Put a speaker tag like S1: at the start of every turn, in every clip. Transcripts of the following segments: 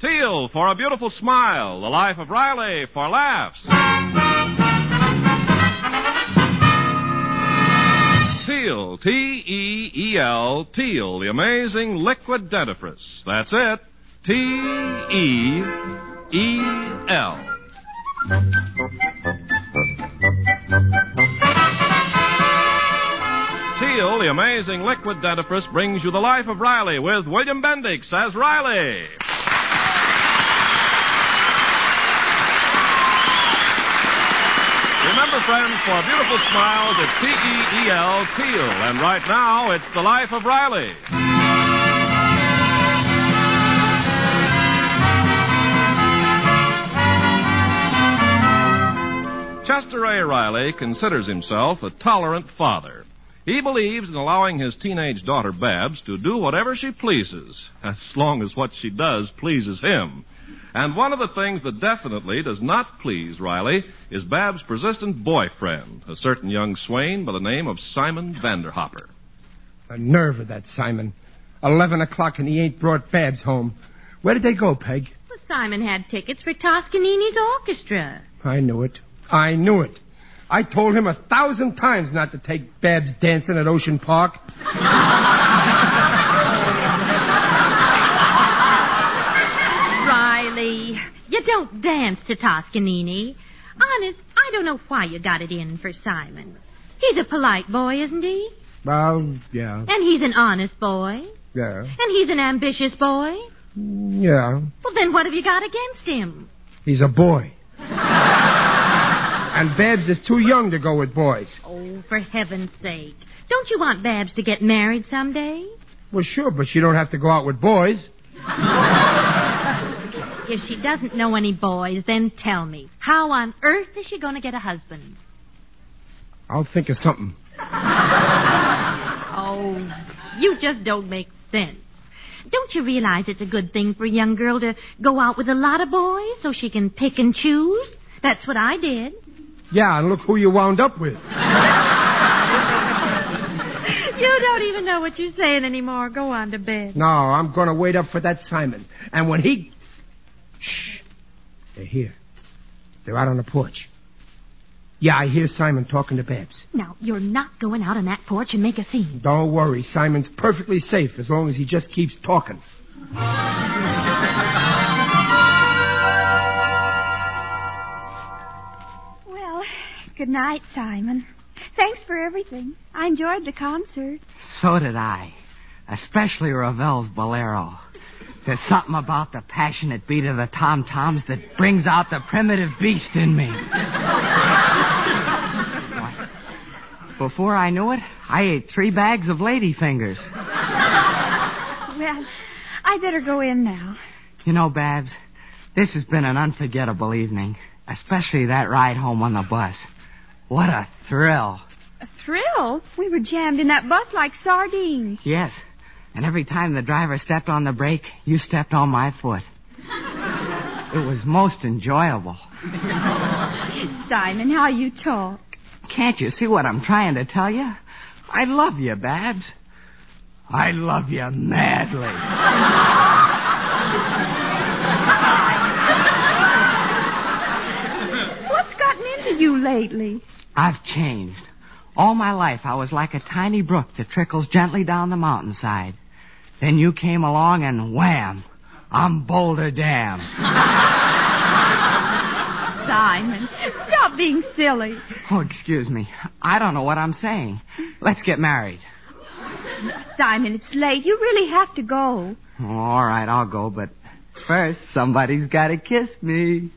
S1: Teal for a beautiful smile. The life of Riley for laughs. Teal, T E E L, Teal, the amazing liquid dentifrice. That's it. T E E L. Teal, the amazing liquid dentifrice, brings you the life of Riley with William Bendix as Riley. Remember, friends, for beautiful smiles, it's T E E L Teal. And right now, it's The Life of Riley. Chester A. Riley considers himself a tolerant father. He believes in allowing his teenage daughter Babs to do whatever she pleases, as long as what she does pleases him. And one of the things that definitely does not please Riley is Babs' persistent boyfriend, a certain young swain by the name of Simon Vanderhopper.
S2: The nerve of that Simon. Eleven o'clock and he ain't brought Babs home. Where did they go, Peg?
S3: Well, Simon had tickets for Toscanini's orchestra.
S2: I knew it. I knew it. I told him a thousand times not to take Babs dancing at Ocean Park.
S3: Riley, you don't dance to Toscanini. Honest, I don't know why you got it in for Simon. He's a polite boy, isn't he?
S2: Well, yeah,
S3: And he's an honest boy.
S2: yeah,
S3: And he's an ambitious boy.
S2: yeah.
S3: Well, then what have you got against him?
S2: He's a boy. and Babs is too young to go with boys.
S3: Oh, for heaven's sake. Don't you want Babs to get married someday?
S2: Well, sure, but she don't have to go out with boys.
S3: If she doesn't know any boys, then tell me. How on earth is she going to get a husband?
S2: I'll think of something.
S3: Oh, you just don't make sense. Don't you realize it's a good thing for a young girl to go out with a lot of boys so she can pick and choose? That's what I did.
S2: Yeah, and look who you wound up with.
S3: You don't even know what you're saying anymore. Go on to bed.
S2: No, I'm going to wait up for that Simon. And when he. Shh. They're here. They're out on the porch. Yeah, I hear Simon talking to Babs.
S3: Now, you're not going out on that porch and make a scene.
S2: Don't worry, Simon's perfectly safe as long as he just keeps talking.
S4: Well, good night, Simon. Thanks for everything. I enjoyed the concert.
S5: So did I. Especially Ravel's Bolero. There's something about the passionate beat of the tom toms that brings out the primitive beast in me. Before I knew it, I ate three bags of ladyfingers.
S4: Well, I better go in now.
S5: You know, Babs, this has been an unforgettable evening, especially that ride home on the bus. What a thrill.
S4: A thrill? We were jammed in that bus like sardines.
S5: Yes. And every time the driver stepped on the brake, you stepped on my foot. It was most enjoyable.
S4: Simon, how you talk.
S5: Can't you see what I'm trying to tell you? I love you, Babs. I love you madly.
S4: What's gotten into you lately?
S5: I've changed. All my life, I was like a tiny brook that trickles gently down the mountainside. Then you came along and wham! I'm Boulder Dam.
S4: Simon, stop being silly.
S5: Oh, excuse me. I don't know what I'm saying. Let's get married.
S4: Simon, it's late. You really have to go.
S5: Oh, all right, I'll go, but first, somebody's got to kiss me.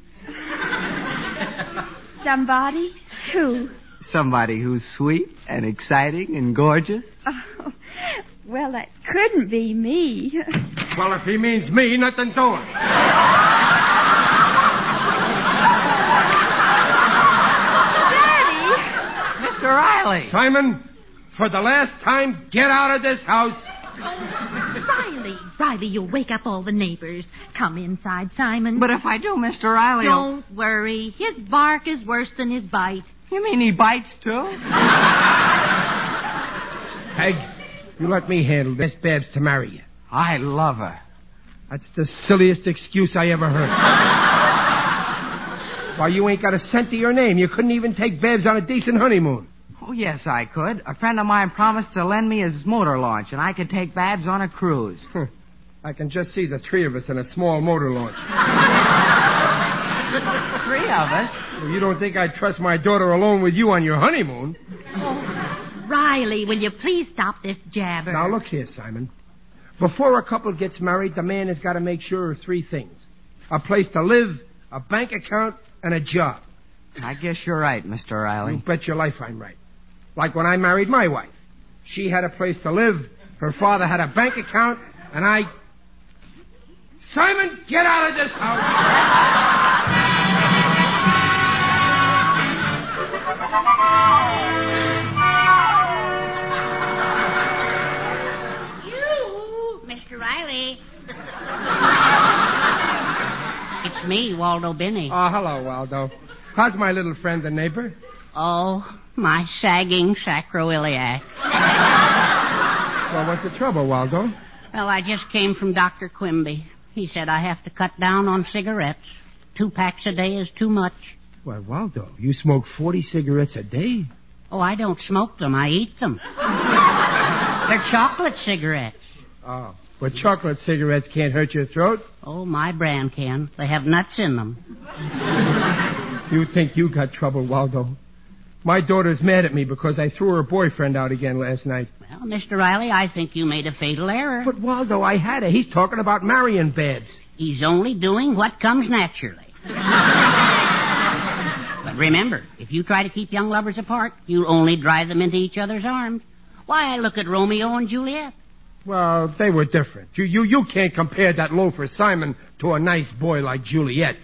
S4: Somebody? Who?
S5: Somebody who's sweet and exciting and gorgeous.
S4: Oh, well, that couldn't be me.
S2: Well, if he means me, nothing doing.
S4: Daddy!
S5: Mr. Riley!
S2: Simon, for the last time, get out of this house.
S3: Riley, Riley, you'll wake up all the neighbors. Come inside, Simon.
S5: But if I do, Mr. Riley. will-
S3: don't worry. His bark is worse than his bite.
S5: You mean he bites too?
S2: Peg, you let me handle this Babs to marry you.
S5: I love her.
S2: That's the silliest excuse I ever heard. Why, you ain't got a cent to your name. You couldn't even take Babs on a decent honeymoon.
S5: Oh, yes, I could. A friend of mine promised to lend me his motor launch, and I could take Babs on a cruise.
S2: Huh. I can just see the three of us in a small motor launch.
S5: Three of us?
S2: Well, you don't think I'd trust my daughter alone with you on your honeymoon?
S3: Riley, will you please stop this jabber?
S2: Now, look here, Simon. Before a couple gets married, the man has got to make sure of three things a place to live, a bank account, and a job.
S5: I guess you're right, Mr.
S2: You
S5: Riley.
S2: bet your life I'm right. Like when I married my wife. She had a place to live, her father had a bank account, and I. Simon, get out of this house!
S6: You, Mr. Riley. it's me, Waldo Binney.
S2: Oh, hello, Waldo. How's my little friend and neighbor?
S6: Oh, my sagging sacroiliac.
S2: Well, what's the trouble, Waldo?
S6: Well, I just came from Dr. Quimby. He said I have to cut down on cigarettes. Two packs a day is too much.
S2: Why, Waldo, you smoke 40 cigarettes a day?
S6: Oh, I don't smoke them. I eat them. They're chocolate cigarettes.
S2: Oh. Well, chocolate cigarettes can't hurt your throat.
S6: Oh, my brand can. They have nuts in them.
S2: You think you got trouble, Waldo. My daughter's mad at me because I threw her boyfriend out again last night.
S6: Well, Mr. Riley, I think you made a fatal error.
S2: But, Waldo, I had her. He's talking about marrying Babs.
S6: He's only doing what comes naturally. but remember, if you try to keep young lovers apart, you'll only drive them into each other's arms. Why, I look at Romeo and Juliet.
S2: Well, they were different. You, you, you can't compare that loafer Simon to a nice boy like Juliet.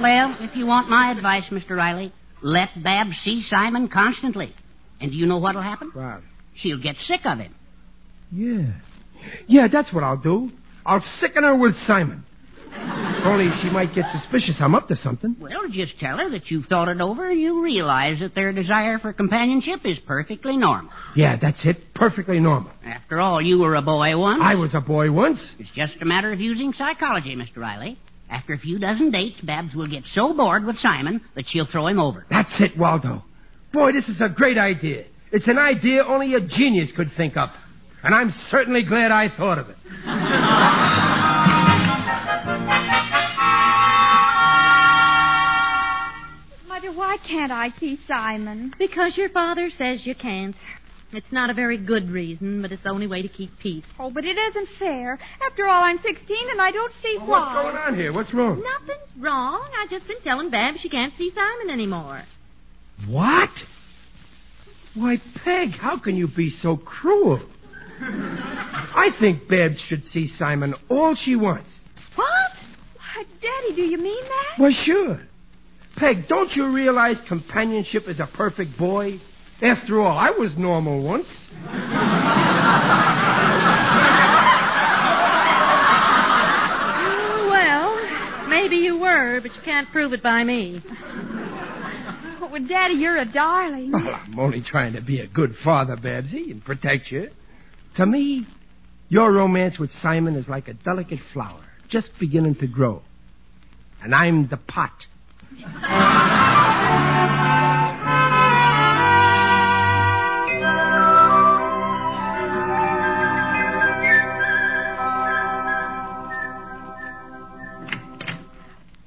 S6: Well, if you want my advice, Mr. Riley, let Bab see Simon constantly. And do you know what'll happen?
S2: Wow.
S6: She'll get sick of him.
S2: Yeah. Yeah, that's what I'll do. I'll sicken her with Simon. Only she might get suspicious I'm up to something.
S6: Well, just tell her that you've thought it over and you realize that their desire for companionship is perfectly normal.
S2: Yeah, that's it. Perfectly normal.
S6: After all, you were a boy once.
S2: I was a boy once.
S6: It's just a matter of using psychology, Mr. Riley. After a few dozen dates, Babs will get so bored with Simon that she'll throw him over.
S2: That's it, Waldo. Boy, this is a great idea. It's an idea only a genius could think up. And I'm certainly glad I thought of it.
S4: Mother, why can't I see Simon?
S3: Because your father says you can't. It's not a very good reason, but it's the only way to keep peace.
S4: Oh, but it isn't fair. After all, I'm 16 and I don't see
S2: What's
S4: why.
S2: going on here? What's wrong?
S3: Nothing's wrong. I just been telling Bab she can't see Simon anymore.
S2: What? Why, Peg, how can you be so cruel? I think Babs should see Simon all she wants.
S4: What? Why, Daddy, do you mean that?
S2: Well, sure. Peg, don't you realize companionship is a perfect boy? After all, I was normal once.
S3: Well, maybe you were, but you can't prove it by me.
S4: Well, Daddy, you're a darling.
S2: Well, I'm only trying to be a good father, Babsy, and protect you. To me, your romance with Simon is like a delicate flower, just beginning to grow. And I'm the pot.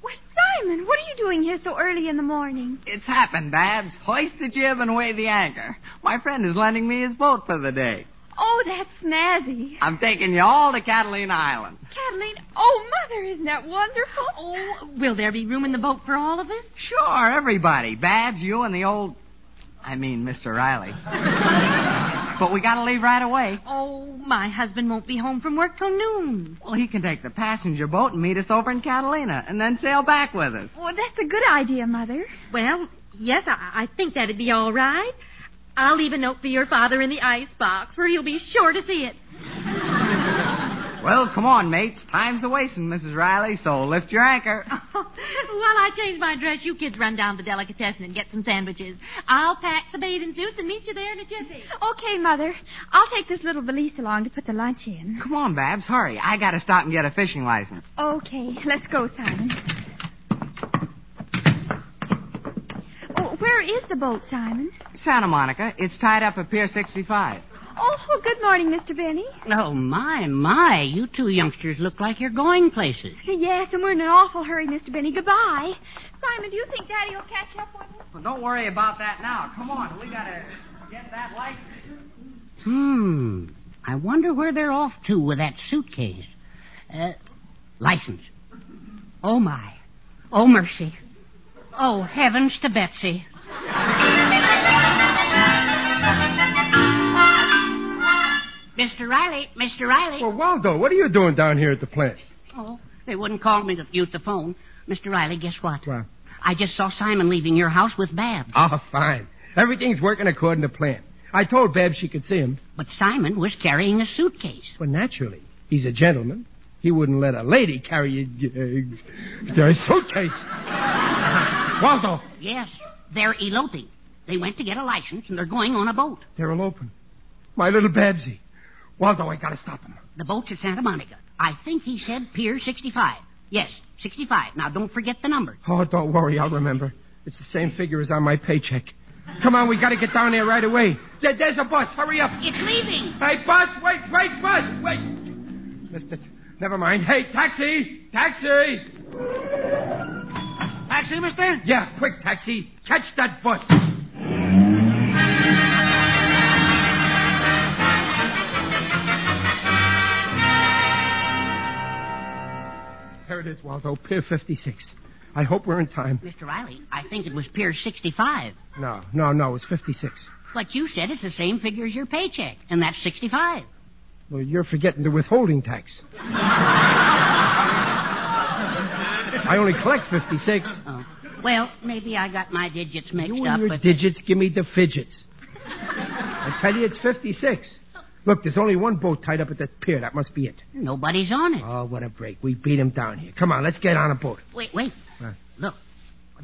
S4: Why, Simon, what are you doing here so early in the morning?
S5: It's happened, Babs. Hoist the jib and weigh the anchor. My friend is lending me his boat for the day.
S4: Oh, that's snazzy.
S5: I'm taking you all to Catalina Island.
S4: Catalina, oh, Mother, isn't that wonderful?
S3: Oh, will there be room in the boat for all of us?
S5: Sure, everybody. Babs, you, and the old. I mean, Mr. Riley. but we gotta leave right away.
S3: Oh, my husband won't be home from work till noon.
S5: Well, he can take the passenger boat and meet us over in Catalina, and then sail back with us.
S4: Well, that's a good idea, Mother.
S3: Well, yes, I, I think that'd be all right. I'll leave a note for your father in the icebox where he'll be sure to see it.
S5: Well, come on, mates. Time's a wasting, Mrs. Riley, so lift your anchor.
S3: While I change my dress, you kids run down to the delicatessen and get some sandwiches. I'll pack the bathing suits and meet you there in a jiffy.
S4: Okay, Mother. I'll take this little valise along to put the lunch in.
S5: Come on, Babs, hurry. I gotta stop and get a fishing license.
S4: Okay, let's go, Simon. Oh, where is the boat, Simon?
S5: Santa Monica, it's tied up at Pier 65.
S4: Oh, well, good morning, Mr. Benny.
S6: Oh, my, my. You two youngsters look like you're going places.
S4: Yes, and we're in an awful hurry, Mr. Benny. Goodbye. Simon, do you think Daddy will catch up with us?
S5: Well, don't worry about that now. Come on, we gotta get that license.
S6: Hmm. I wonder where they're off to with that suitcase. Uh, license. Oh, my. Oh, mercy. Oh, heavens to Betsy. Mr. Riley, Mr. Riley.
S2: Well, Waldo, what are you doing down here at the plant?
S6: Oh, they wouldn't call me to use the phone. Mr. Riley, guess what?
S2: What?
S6: I just saw Simon leaving your house with Babs.
S2: Oh, fine. Everything's working according to plan. I told Babs she could see him.
S6: But Simon was carrying a suitcase.
S2: Well, naturally, he's a gentleman. He wouldn't let a lady carry a, a, a suitcase. Waldo,
S6: Yes, they're eloping. They went to get a license and they're going on a boat.
S2: they're all open. My little Babsy. Waldo, I gotta stop him.
S6: The boat's at Santa Monica. I think he said Pier 65. Yes, 65. Now don't forget the number.
S2: Oh, don't worry, I'll remember. It's the same figure as on my paycheck. Come on, we gotta get down there right away. There, there's a bus. Hurry up.
S6: It's leaving.
S2: Hey, bus, wait, wait, bus, wait. Mister, never mind. Hey, taxi, taxi.
S5: Taxi, mister?
S2: Yeah, quick, taxi. Catch that bus. There it is, Waldo. Pier 56. I hope we're in time.
S6: Mr. Riley, I think it was Pier 65.
S2: No, no, no. It's 56.
S6: But you said it's the same figure as your paycheck, and that's 65.
S2: Well, you're forgetting the withholding tax. I only collect 56.
S6: Oh. Well, maybe I got my digits mixed
S2: You
S6: up,
S2: and your
S6: but
S2: digits give me the fidgets. I tell you, it's 56. Look, there's only one boat tied up at that pier. That must be it.
S6: nobody's on it.
S2: Oh, what a break. We beat him down here. Come on, let's get on a boat.
S6: Wait, wait.
S2: Huh.
S6: Look,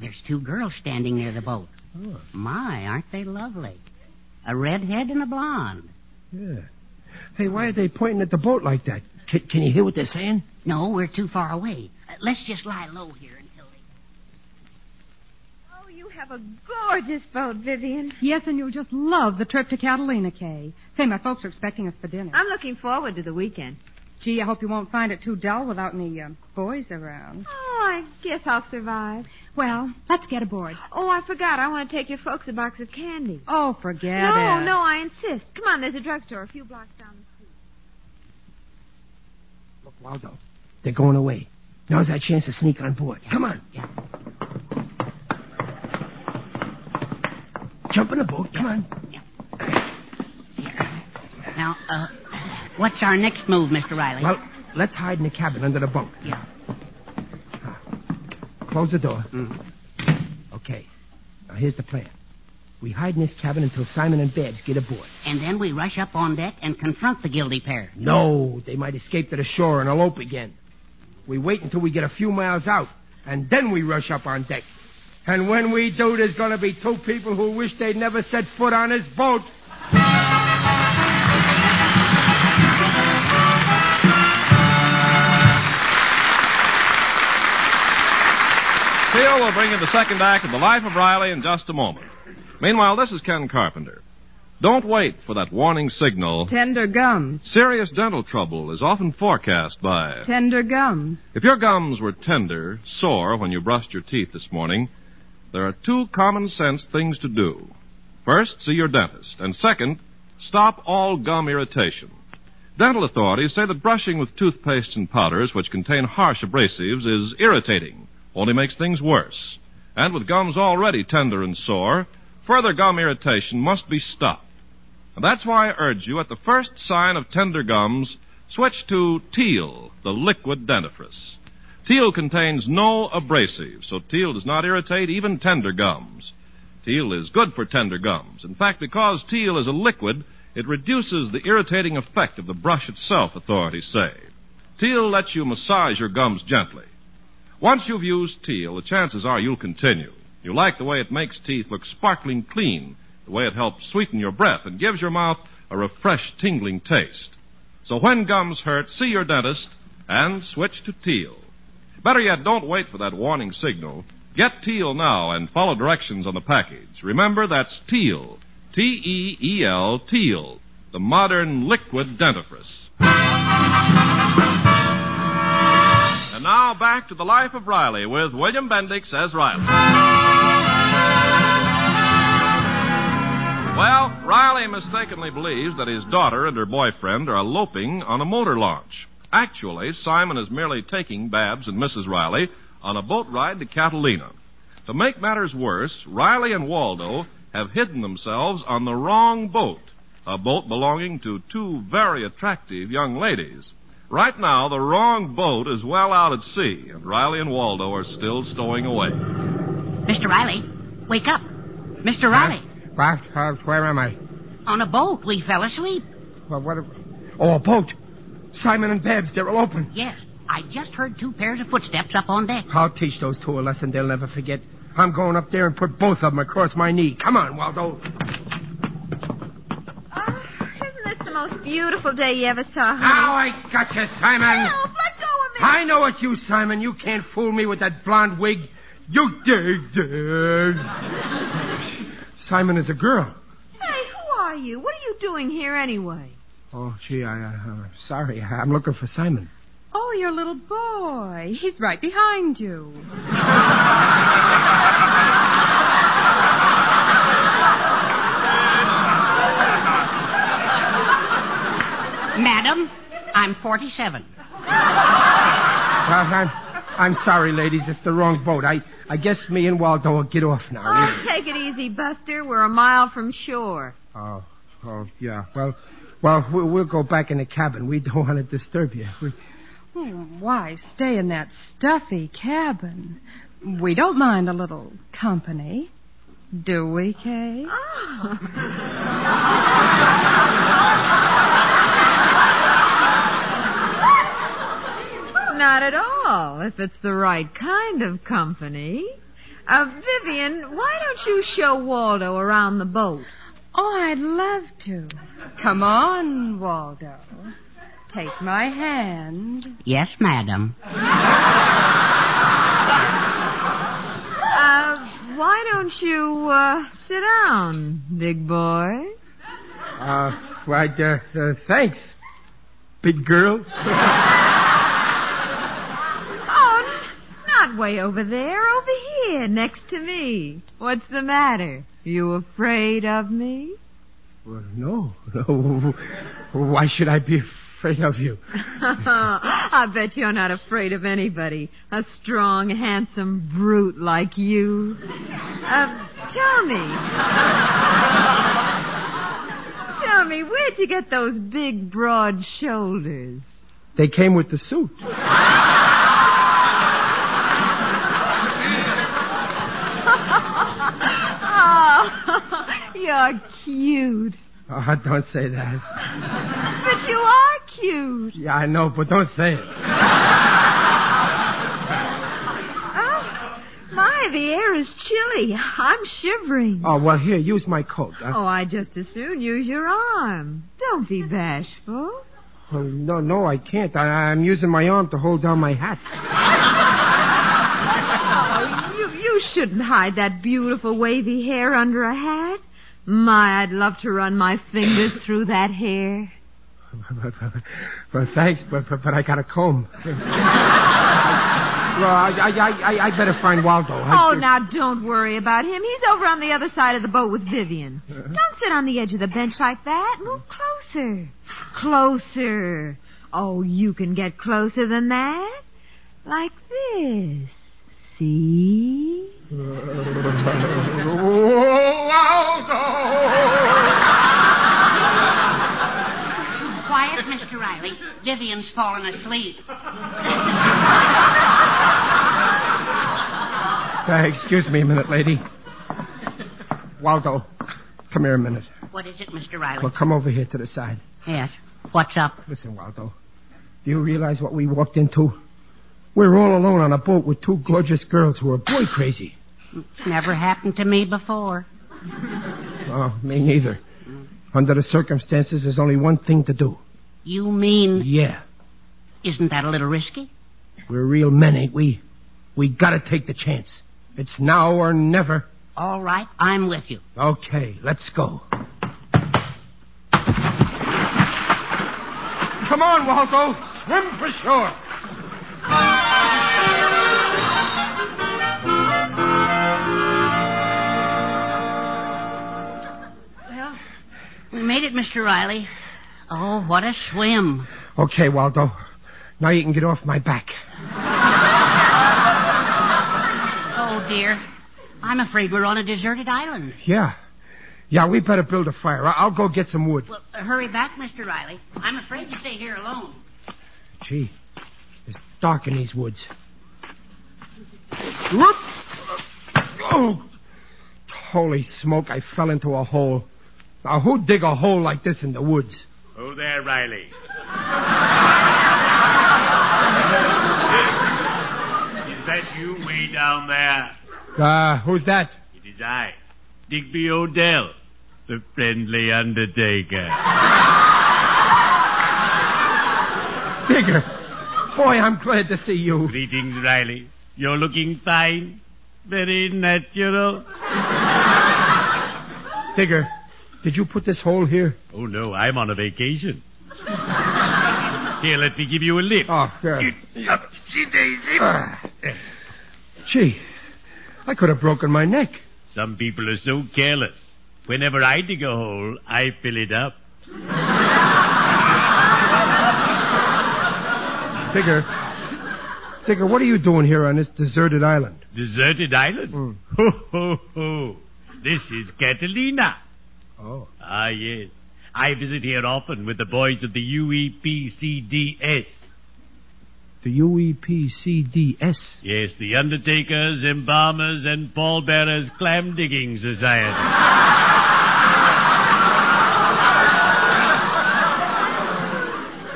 S6: there's two girls standing near the boat.
S2: Oh,
S6: My, aren't they lovely? A redhead and a blonde.
S2: yeah. Hey, why are they pointing at the boat like that? Can, can you hear what they're saying?
S6: No, we're too far away. Uh, let's just lie low here until they.
S4: Oh, you have a gorgeous boat, Vivian.
S7: Yes, and you'll just love the trip to Catalina, Kay. Say, my folks are expecting us for dinner.
S8: I'm looking forward to the weekend.
S7: Gee, I hope you won't find it too dull without any uh, boys around.
S8: Oh, I guess I'll survive.
S7: Well, let's get aboard.
S8: Oh, I forgot. I want to take your folks a box of candy.
S7: Oh, forget
S8: no,
S7: it.
S8: no, I insist. Come on, there's a drugstore a few blocks down.
S2: Look, Waldo, they're going away. Now's our chance to sneak on board. Come on.
S6: Yeah.
S2: Jump in the boat. Come on.
S6: Now, uh, what's our next move, Mr. Riley?
S2: Well, let's hide in the cabin under the bunk.
S6: yeah.
S2: Close the door.
S6: Mm.
S2: Okay. Now, here's the plan. We hide in this cabin until Simon and Babs get aboard.
S6: And then we rush up on deck and confront the guilty pair.
S2: No, they might escape to the shore and elope again. We wait until we get a few miles out, and then we rush up on deck. And when we do, there's going to be two people who wish they'd never set foot on this boat.
S1: Theo will bring you the second act of The Life of Riley in just a moment. Meanwhile, this is Ken Carpenter. Don't wait for that warning signal.
S7: Tender gums.
S1: Serious dental trouble is often forecast by.
S7: Tender gums.
S1: If your gums were tender, sore when you brushed your teeth this morning, there are two common sense things to do. First, see your dentist, and second, stop all gum irritation. Dental authorities say that brushing with toothpaste and powders which contain harsh abrasives is irritating, only makes things worse. And with gums already tender and sore, further gum irritation must be stopped. And that's why I urge you at the first sign of tender gums, switch to Teal, the liquid dentifrice. Teal contains no abrasive, so Teal does not irritate even tender gums. Teal is good for tender gums. In fact, because Teal is a liquid, it reduces the irritating effect of the brush itself, authorities say. Teal lets you massage your gums gently. Once you've used Teal, the chances are you'll continue. You like the way it makes teeth look sparkling clean, the way it helps sweeten your breath and gives your mouth a refreshed, tingling taste. So when gums hurt, see your dentist and switch to Teal. Better yet, don't wait for that warning signal. Get Teal now and follow directions on the package. Remember, that's Teal. T E E L, Teal. The modern liquid dentifrice. And now back to the life of Riley with William Bendix as Riley. Well, Riley mistakenly believes that his daughter and her boyfriend are eloping on a motor launch. Actually, Simon is merely taking Babs and Mrs. Riley on a boat ride to Catalina. To make matters worse, Riley and Waldo have hidden themselves on the wrong boat, a boat belonging to two very attractive young ladies. Right now, the wrong boat is well out at sea, and Riley and Waldo are still stowing away.
S6: Mr. Riley, wake up. Mr. Riley,
S2: Babs, Babs, where am I?
S6: on a boat we fell asleep.
S2: Well, what? Oh, a boat. Simon and Babs, they're all open.
S6: Yes, I just heard two pairs of footsteps up on deck.
S2: I'll teach those two a lesson they'll never forget. I'm going up there and put both of them across my knee. Come on, Waldo.
S8: Oh, isn't this the most beautiful day you ever saw,
S2: Now
S8: honey?
S2: I got you, Simon.
S8: Help! Let go of me!
S2: I know it's you, Simon. You can't fool me with that blonde wig. You dig, dig. Simon is a girl.
S8: Hey, who are you? What are you doing here anyway?
S2: Oh, gee, I, I, I'm sorry. I'm looking for Simon.
S7: Oh, your little boy. He's right behind you.
S6: Madam, I'm 47.
S2: Well, I'm, I'm sorry, ladies. It's the wrong boat. I, I guess me and Waldo will get off now.
S8: Oh, take it easy, Buster. We're a mile from shore.
S2: Oh, oh, yeah. Well, well, we- we'll go back in the cabin. We don't want to disturb you. We,
S7: Oh, why stay in that stuffy cabin? We don't mind a little company. Do we, Kay?
S8: Oh. Not at all, if it's the right kind of company. Uh, Vivian, why don't you show Waldo around the boat?
S7: Oh, I'd love to. Come on, Waldo. Take my hand.
S5: Yes, madam.
S4: Um,
S8: Uh, why don't you, uh, sit down, big boy?
S2: uh, why, uh, uh, thanks, big girl.
S8: Oh, n- not way over there, over here, next to me. What's the matter? You afraid of me?
S2: Well, no, no. Why should I be afraid of you?
S8: I bet you're not afraid of anybody. A strong, handsome brute like you. Uh, tell me. tell me, where'd you get those big, broad shoulders?
S2: They came with the suit.
S8: Oh, you're cute.
S2: Oh, don't say that.
S8: But you are cute.
S2: Yeah, I know, but don't say it.
S8: Oh, my, the air is chilly. I'm shivering.
S2: Oh, well, here, use my coat. Uh,
S8: Oh, I just as soon use your arm. Don't be bashful.
S2: oh, no, no, I can't. I, I'm using my arm to hold down my hat.
S8: Oh, you, you shouldn't hide that beautiful wavy hair under a hat. My, I'd love to run my fingers through that hair.
S2: well, thanks, but, but, but I got a comb. well, I, I, I, I better find Waldo. I,
S8: Oh, now don't worry about him. He's over on the other side of the boat with Vivian. Don't sit on the edge of the bench like that. Move closer. Closer. Oh, you can get closer than that. Like this. See?
S6: Quiet, Mr. Riley. Vivian's fallen asleep.
S2: Uh, excuse me a minute, lady. Waldo, come here a minute.
S6: What is it, Mr. Riley?
S2: Well, come over here to the side.
S6: Yes. What's up?
S2: Listen, Waldo. Do you realize what we walked into? We're all alone on a boat with two gorgeous girls who are boy crazy.
S6: It's never happened to me before.
S2: Oh, me neither. Under the circumstances, there's only one thing to do.
S6: You mean,
S2: Yeah,
S6: isn't that a little risky?
S2: we're real men, ain't we? We gotta take the chance. It's now or never.
S6: All right, I'm with you.
S2: Okay, let's go. Come on, Waldo. Swim for shore.
S6: We made it, Mr. Riley. Oh, what a swim.
S2: Okay, Waldo. Now you can get off my back.
S6: Oh, dear. I'm afraid we're on a deserted island.
S2: Yeah. Yeah, we better build a fire. I- I'll go get some wood.
S6: Well, hurry back, Mr. Riley. I'm afraid to stay here alone.
S2: Gee, it's dark in these woods. Whoop! Oh! Holy smoke, I fell into a hole. Now, who dig a hole like this in the woods?
S9: Oh, there, Riley. Is that you way down there?
S2: Uh, who's that?
S9: It is I, Digby Odell, the friendly undertaker.
S2: Digger. Boy, I'm glad to see you.
S9: Greetings, Riley. You're looking fine. Very natural.
S2: Digger, did you put this hole here?
S9: Oh, no, I'm on a vacation. Here, let me give you a lift.
S2: Oh, yeah.
S9: Upsy-daisy.
S2: Ah. Gee, I could have broken my neck.
S9: Some people are so careless. Whenever I dig a hole, I fill it up.
S2: Digger, Digger, what are you doing here on this deserted island?
S9: Deserted island?
S2: Mm.
S9: Ho, ho, ho. This is Catalina.
S2: Oh.
S9: Ah, yes. I visit here often with the boys of the E UEPCDS.
S2: The E UEPCDS.
S9: Yes, the Undertakers, Embalmers, and Pallbearers Clam Digging Society.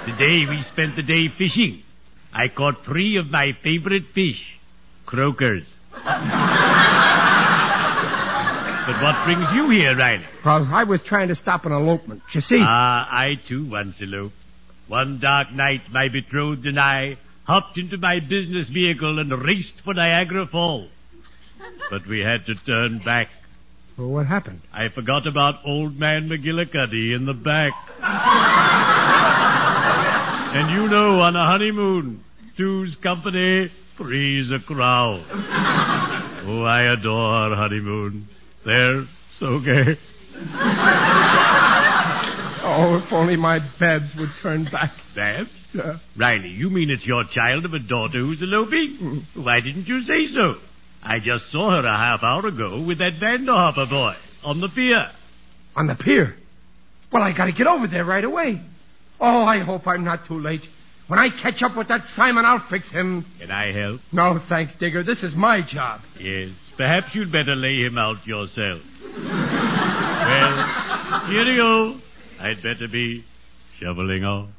S9: Today we spent the day fishing. I caught three of my favorite fish croakers. but what brings you here, Riley?
S2: Well, I was trying to stop an elopement. You see?
S9: Ah, I too once eloped. One dark night, my betrothed and I hopped into my business vehicle and raced for Niagara Falls. But we had to turn back.
S2: well, what happened?
S9: I forgot about old man McGillicuddy in the back. and you know, on a honeymoon, two's company, three's a crowd. oh, I adore honeymoons. They're so gay.
S2: Oh, if only my Babs would turn back.
S9: Babs?
S2: Yeah.
S9: Riley, you mean it's your child of a daughter who's eloping?
S2: Mm.
S9: Why didn't you say so? I just saw her a half hour ago with that Vanderhopper boy on the pier.
S2: On the pier. Well, I gotta get over there right away. Oh, I hope I'm not too late. When I catch up with that Simon, I'll fix him.
S9: Can I help?
S2: No, thanks, Digger. This is my job.
S9: Yes. Perhaps you'd better lay him out yourself. well, cheerio. I'd better be shoveling off.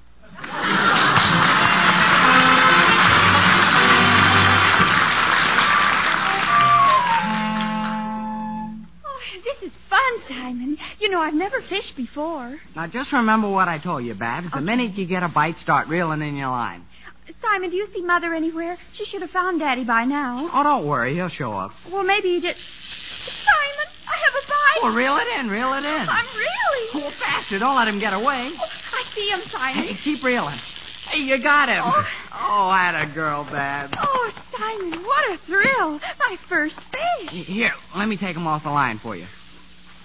S4: Oh, this is fun, Simon. You know, I've never fished before.
S5: Now, just remember what I told you, Babs. The minute you get a bite, start reeling in your line.
S4: Simon, do you see Mother anywhere? She should have found Daddy by now.
S5: Oh, don't worry. He'll show up.
S4: Well, maybe he did. Simon, I have a bite.
S5: Oh, reel it in. Reel it in.
S4: I'm reeling.
S5: Oh, faster. Don't let him get away.
S4: Oh, I see him,
S5: Hey,
S4: Simon.
S5: keep reeling. Hey, you got him.
S4: Oh.
S5: Oh, that a girl, Babs.
S4: Oh, Simon, what a thrill. My first fish.
S5: Here, let me take him off the line for you.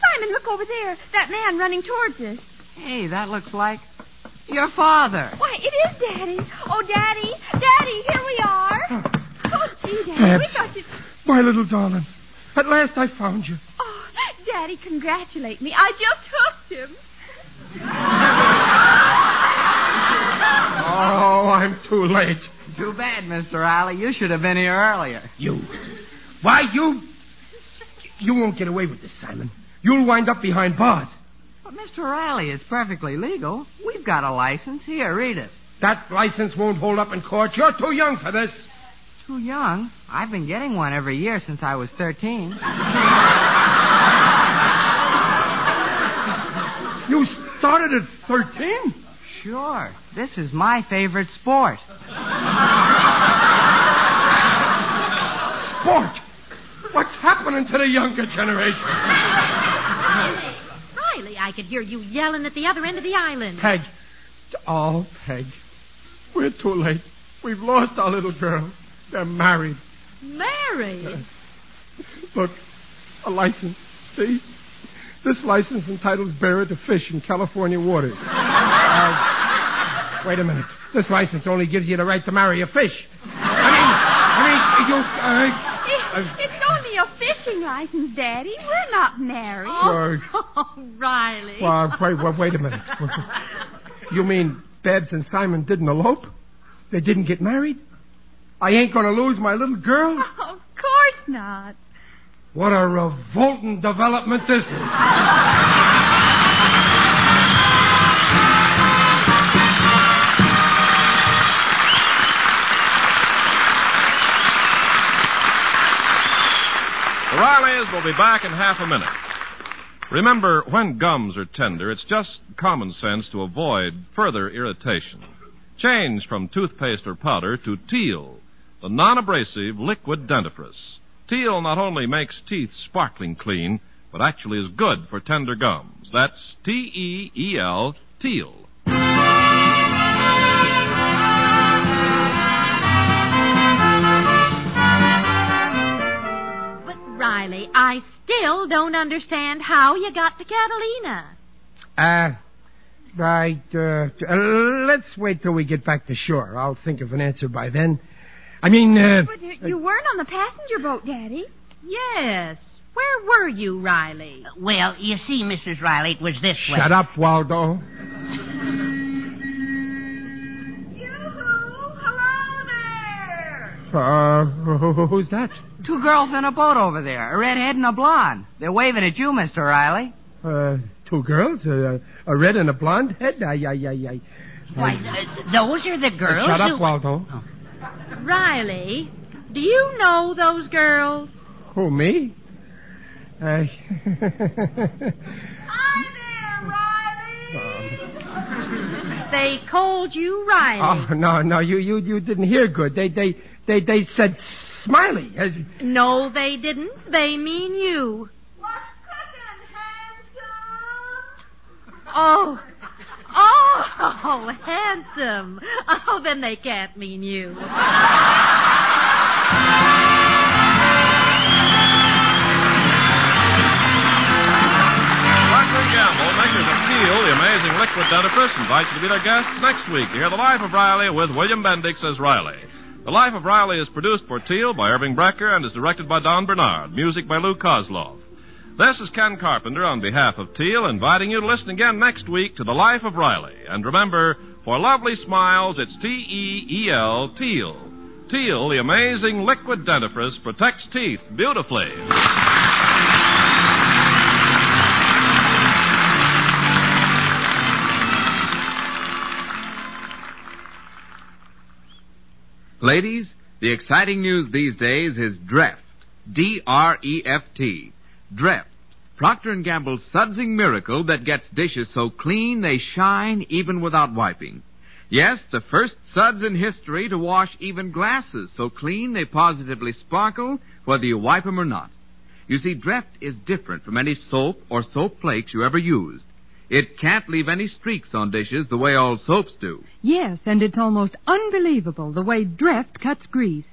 S4: Simon, look over there. That man running towards us.
S5: Hey, that looks like your father.
S4: Why, it is Daddy. Oh, Daddy. Daddy, here we are. Oh, gee, Daddy, we
S2: Babs.
S4: thought you...
S2: My little darling. At last I found you.
S4: Oh, Daddy, congratulate me. I just hooked him.
S2: Oh, I'm too late.
S5: Too bad, Mr. Riley. You should have been here earlier.
S2: You. Why, you. You won't get away with this, Simon. You'll wind up behind bars.
S5: But Mr. Riley is perfectly legal. We've got a license. Here, read it.
S2: That license won't hold up in court. You're too young for this.
S5: Too young? I've been getting one every year since I was 13.
S2: You started at 13?
S5: Sure. This is my favorite sport.
S2: Sport. What's happening to the younger generation?
S3: Riley, I could hear you yelling at the other end of the island.
S2: Peg. Oh, Peg. We're too late. We've lost our little girl. They're married.
S3: Married?
S2: Look, a license. See? This license entitles Bearer to fish in California waters. Uh, wait a minute. This license only gives you the right to marry a fish. I mean, I mean, you. Uh,
S4: It- It's only a fishing license, Daddy. We're not married.
S2: Oh.
S3: Riley.
S2: Well, wait, wait, wait a minute. You mean Babs and Simon didn't elope? They didn't get married? I ain't gonna lose my little girl?
S4: Of course not.
S2: What a revolting development this is.
S1: The Rileys will be back in half a minute. Remember, when gums are tender, it's just common sense to avoid further irritation. Change from toothpaste or powder to Teal, the non abrasive liquid dentifrice. Teal not only makes teeth sparkling clean, but actually is good for tender gums. That's T E E L, Teal.
S3: But, Riley, I still don't understand how you got to Catalina.
S2: Uh, right, uh, t- uh, let's wait till we get back to shore. I'll think of an answer by then. I mean, uh,
S4: But you you weren't on the passenger boat, Daddy.
S3: Yes. Where were you, Riley?
S6: Well, you see, Mrs. Riley, it was this way.
S2: shut up, Waldo.
S8: Yoo-hoo! Hello there!
S2: Uh, who- who- who's that?
S5: Two girls in a boat over there, a redhead and a blonde. They're waving at you, Mr. Riley.
S2: Uh, two girls, uh, a red and a blonde head. Ay, ay, ay, ay.
S6: Why, th- those are the girls. Oh.
S2: Shut
S6: who-
S2: up, Waldo.
S3: Riley, do you know those girls?
S2: Who, me? Uh,
S8: Hi there, Riley!
S3: They called you Riley.
S2: oh, no, no, you, you, you didn't hear good. They, they, they, they said Smiley. As,
S3: No, they didn't. They mean you.
S8: What's cooking, handsome?
S3: Oh. Oh, handsome. Oh, then they can't mean you.
S1: Procter & Gamble, makers of Teal, the amazing liquid dentifrice, invites you to be their guests next week to hear The Life of Riley with William Bendix as Riley. The Life of Riley is produced for Teal by Irving Brecker and is directed by Don Bernard, music by Lou Kozlov. This is Ken Carpenter on behalf of Teal, inviting you to listen again next week to The Life of Riley. And remember, for lovely smiles, it's T-E-E-L, Teal. Teal, the amazing liquid dentifrice, protects teeth beautifully.
S10: Ladies, the exciting news these days is Dreft. D-R-E-F-T. Dreft. Procter & Gamble's sudsing miracle that gets dishes so clean they shine even without wiping. Yes, the first suds in history to wash even glasses so clean they positively sparkle whether you wipe 'em or not. You see, Dreft is different from any soap or soap flakes you ever used. It can't leave any streaks on dishes the way all soaps do.
S7: Yes, and it's almost unbelievable the way drift cuts grease.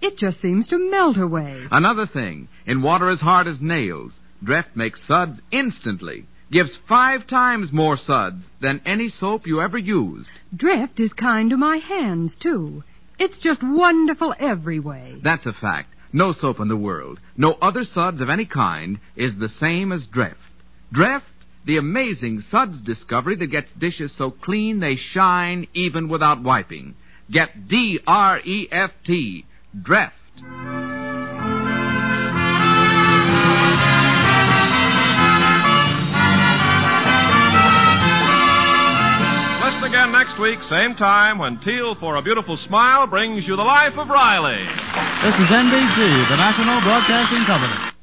S7: It just seems to melt away.
S10: Another thing, in water as hard as nails, Dreft makes suds instantly. Gives five times more suds than any soap you ever used.
S7: Drift is kind to my hands, too. It's just wonderful every way.
S10: That's a fact. No soap in the world, no other suds of any kind, is the same as Dreft. Dreft, the amazing suds discovery that gets dishes so clean they shine even without wiping. Get D R E F T, Dreft.
S1: Listen again again next week, same time, when Teal for a Beautiful Smile brings you the life of Riley.
S10: This is NBC, the National Broadcasting Company.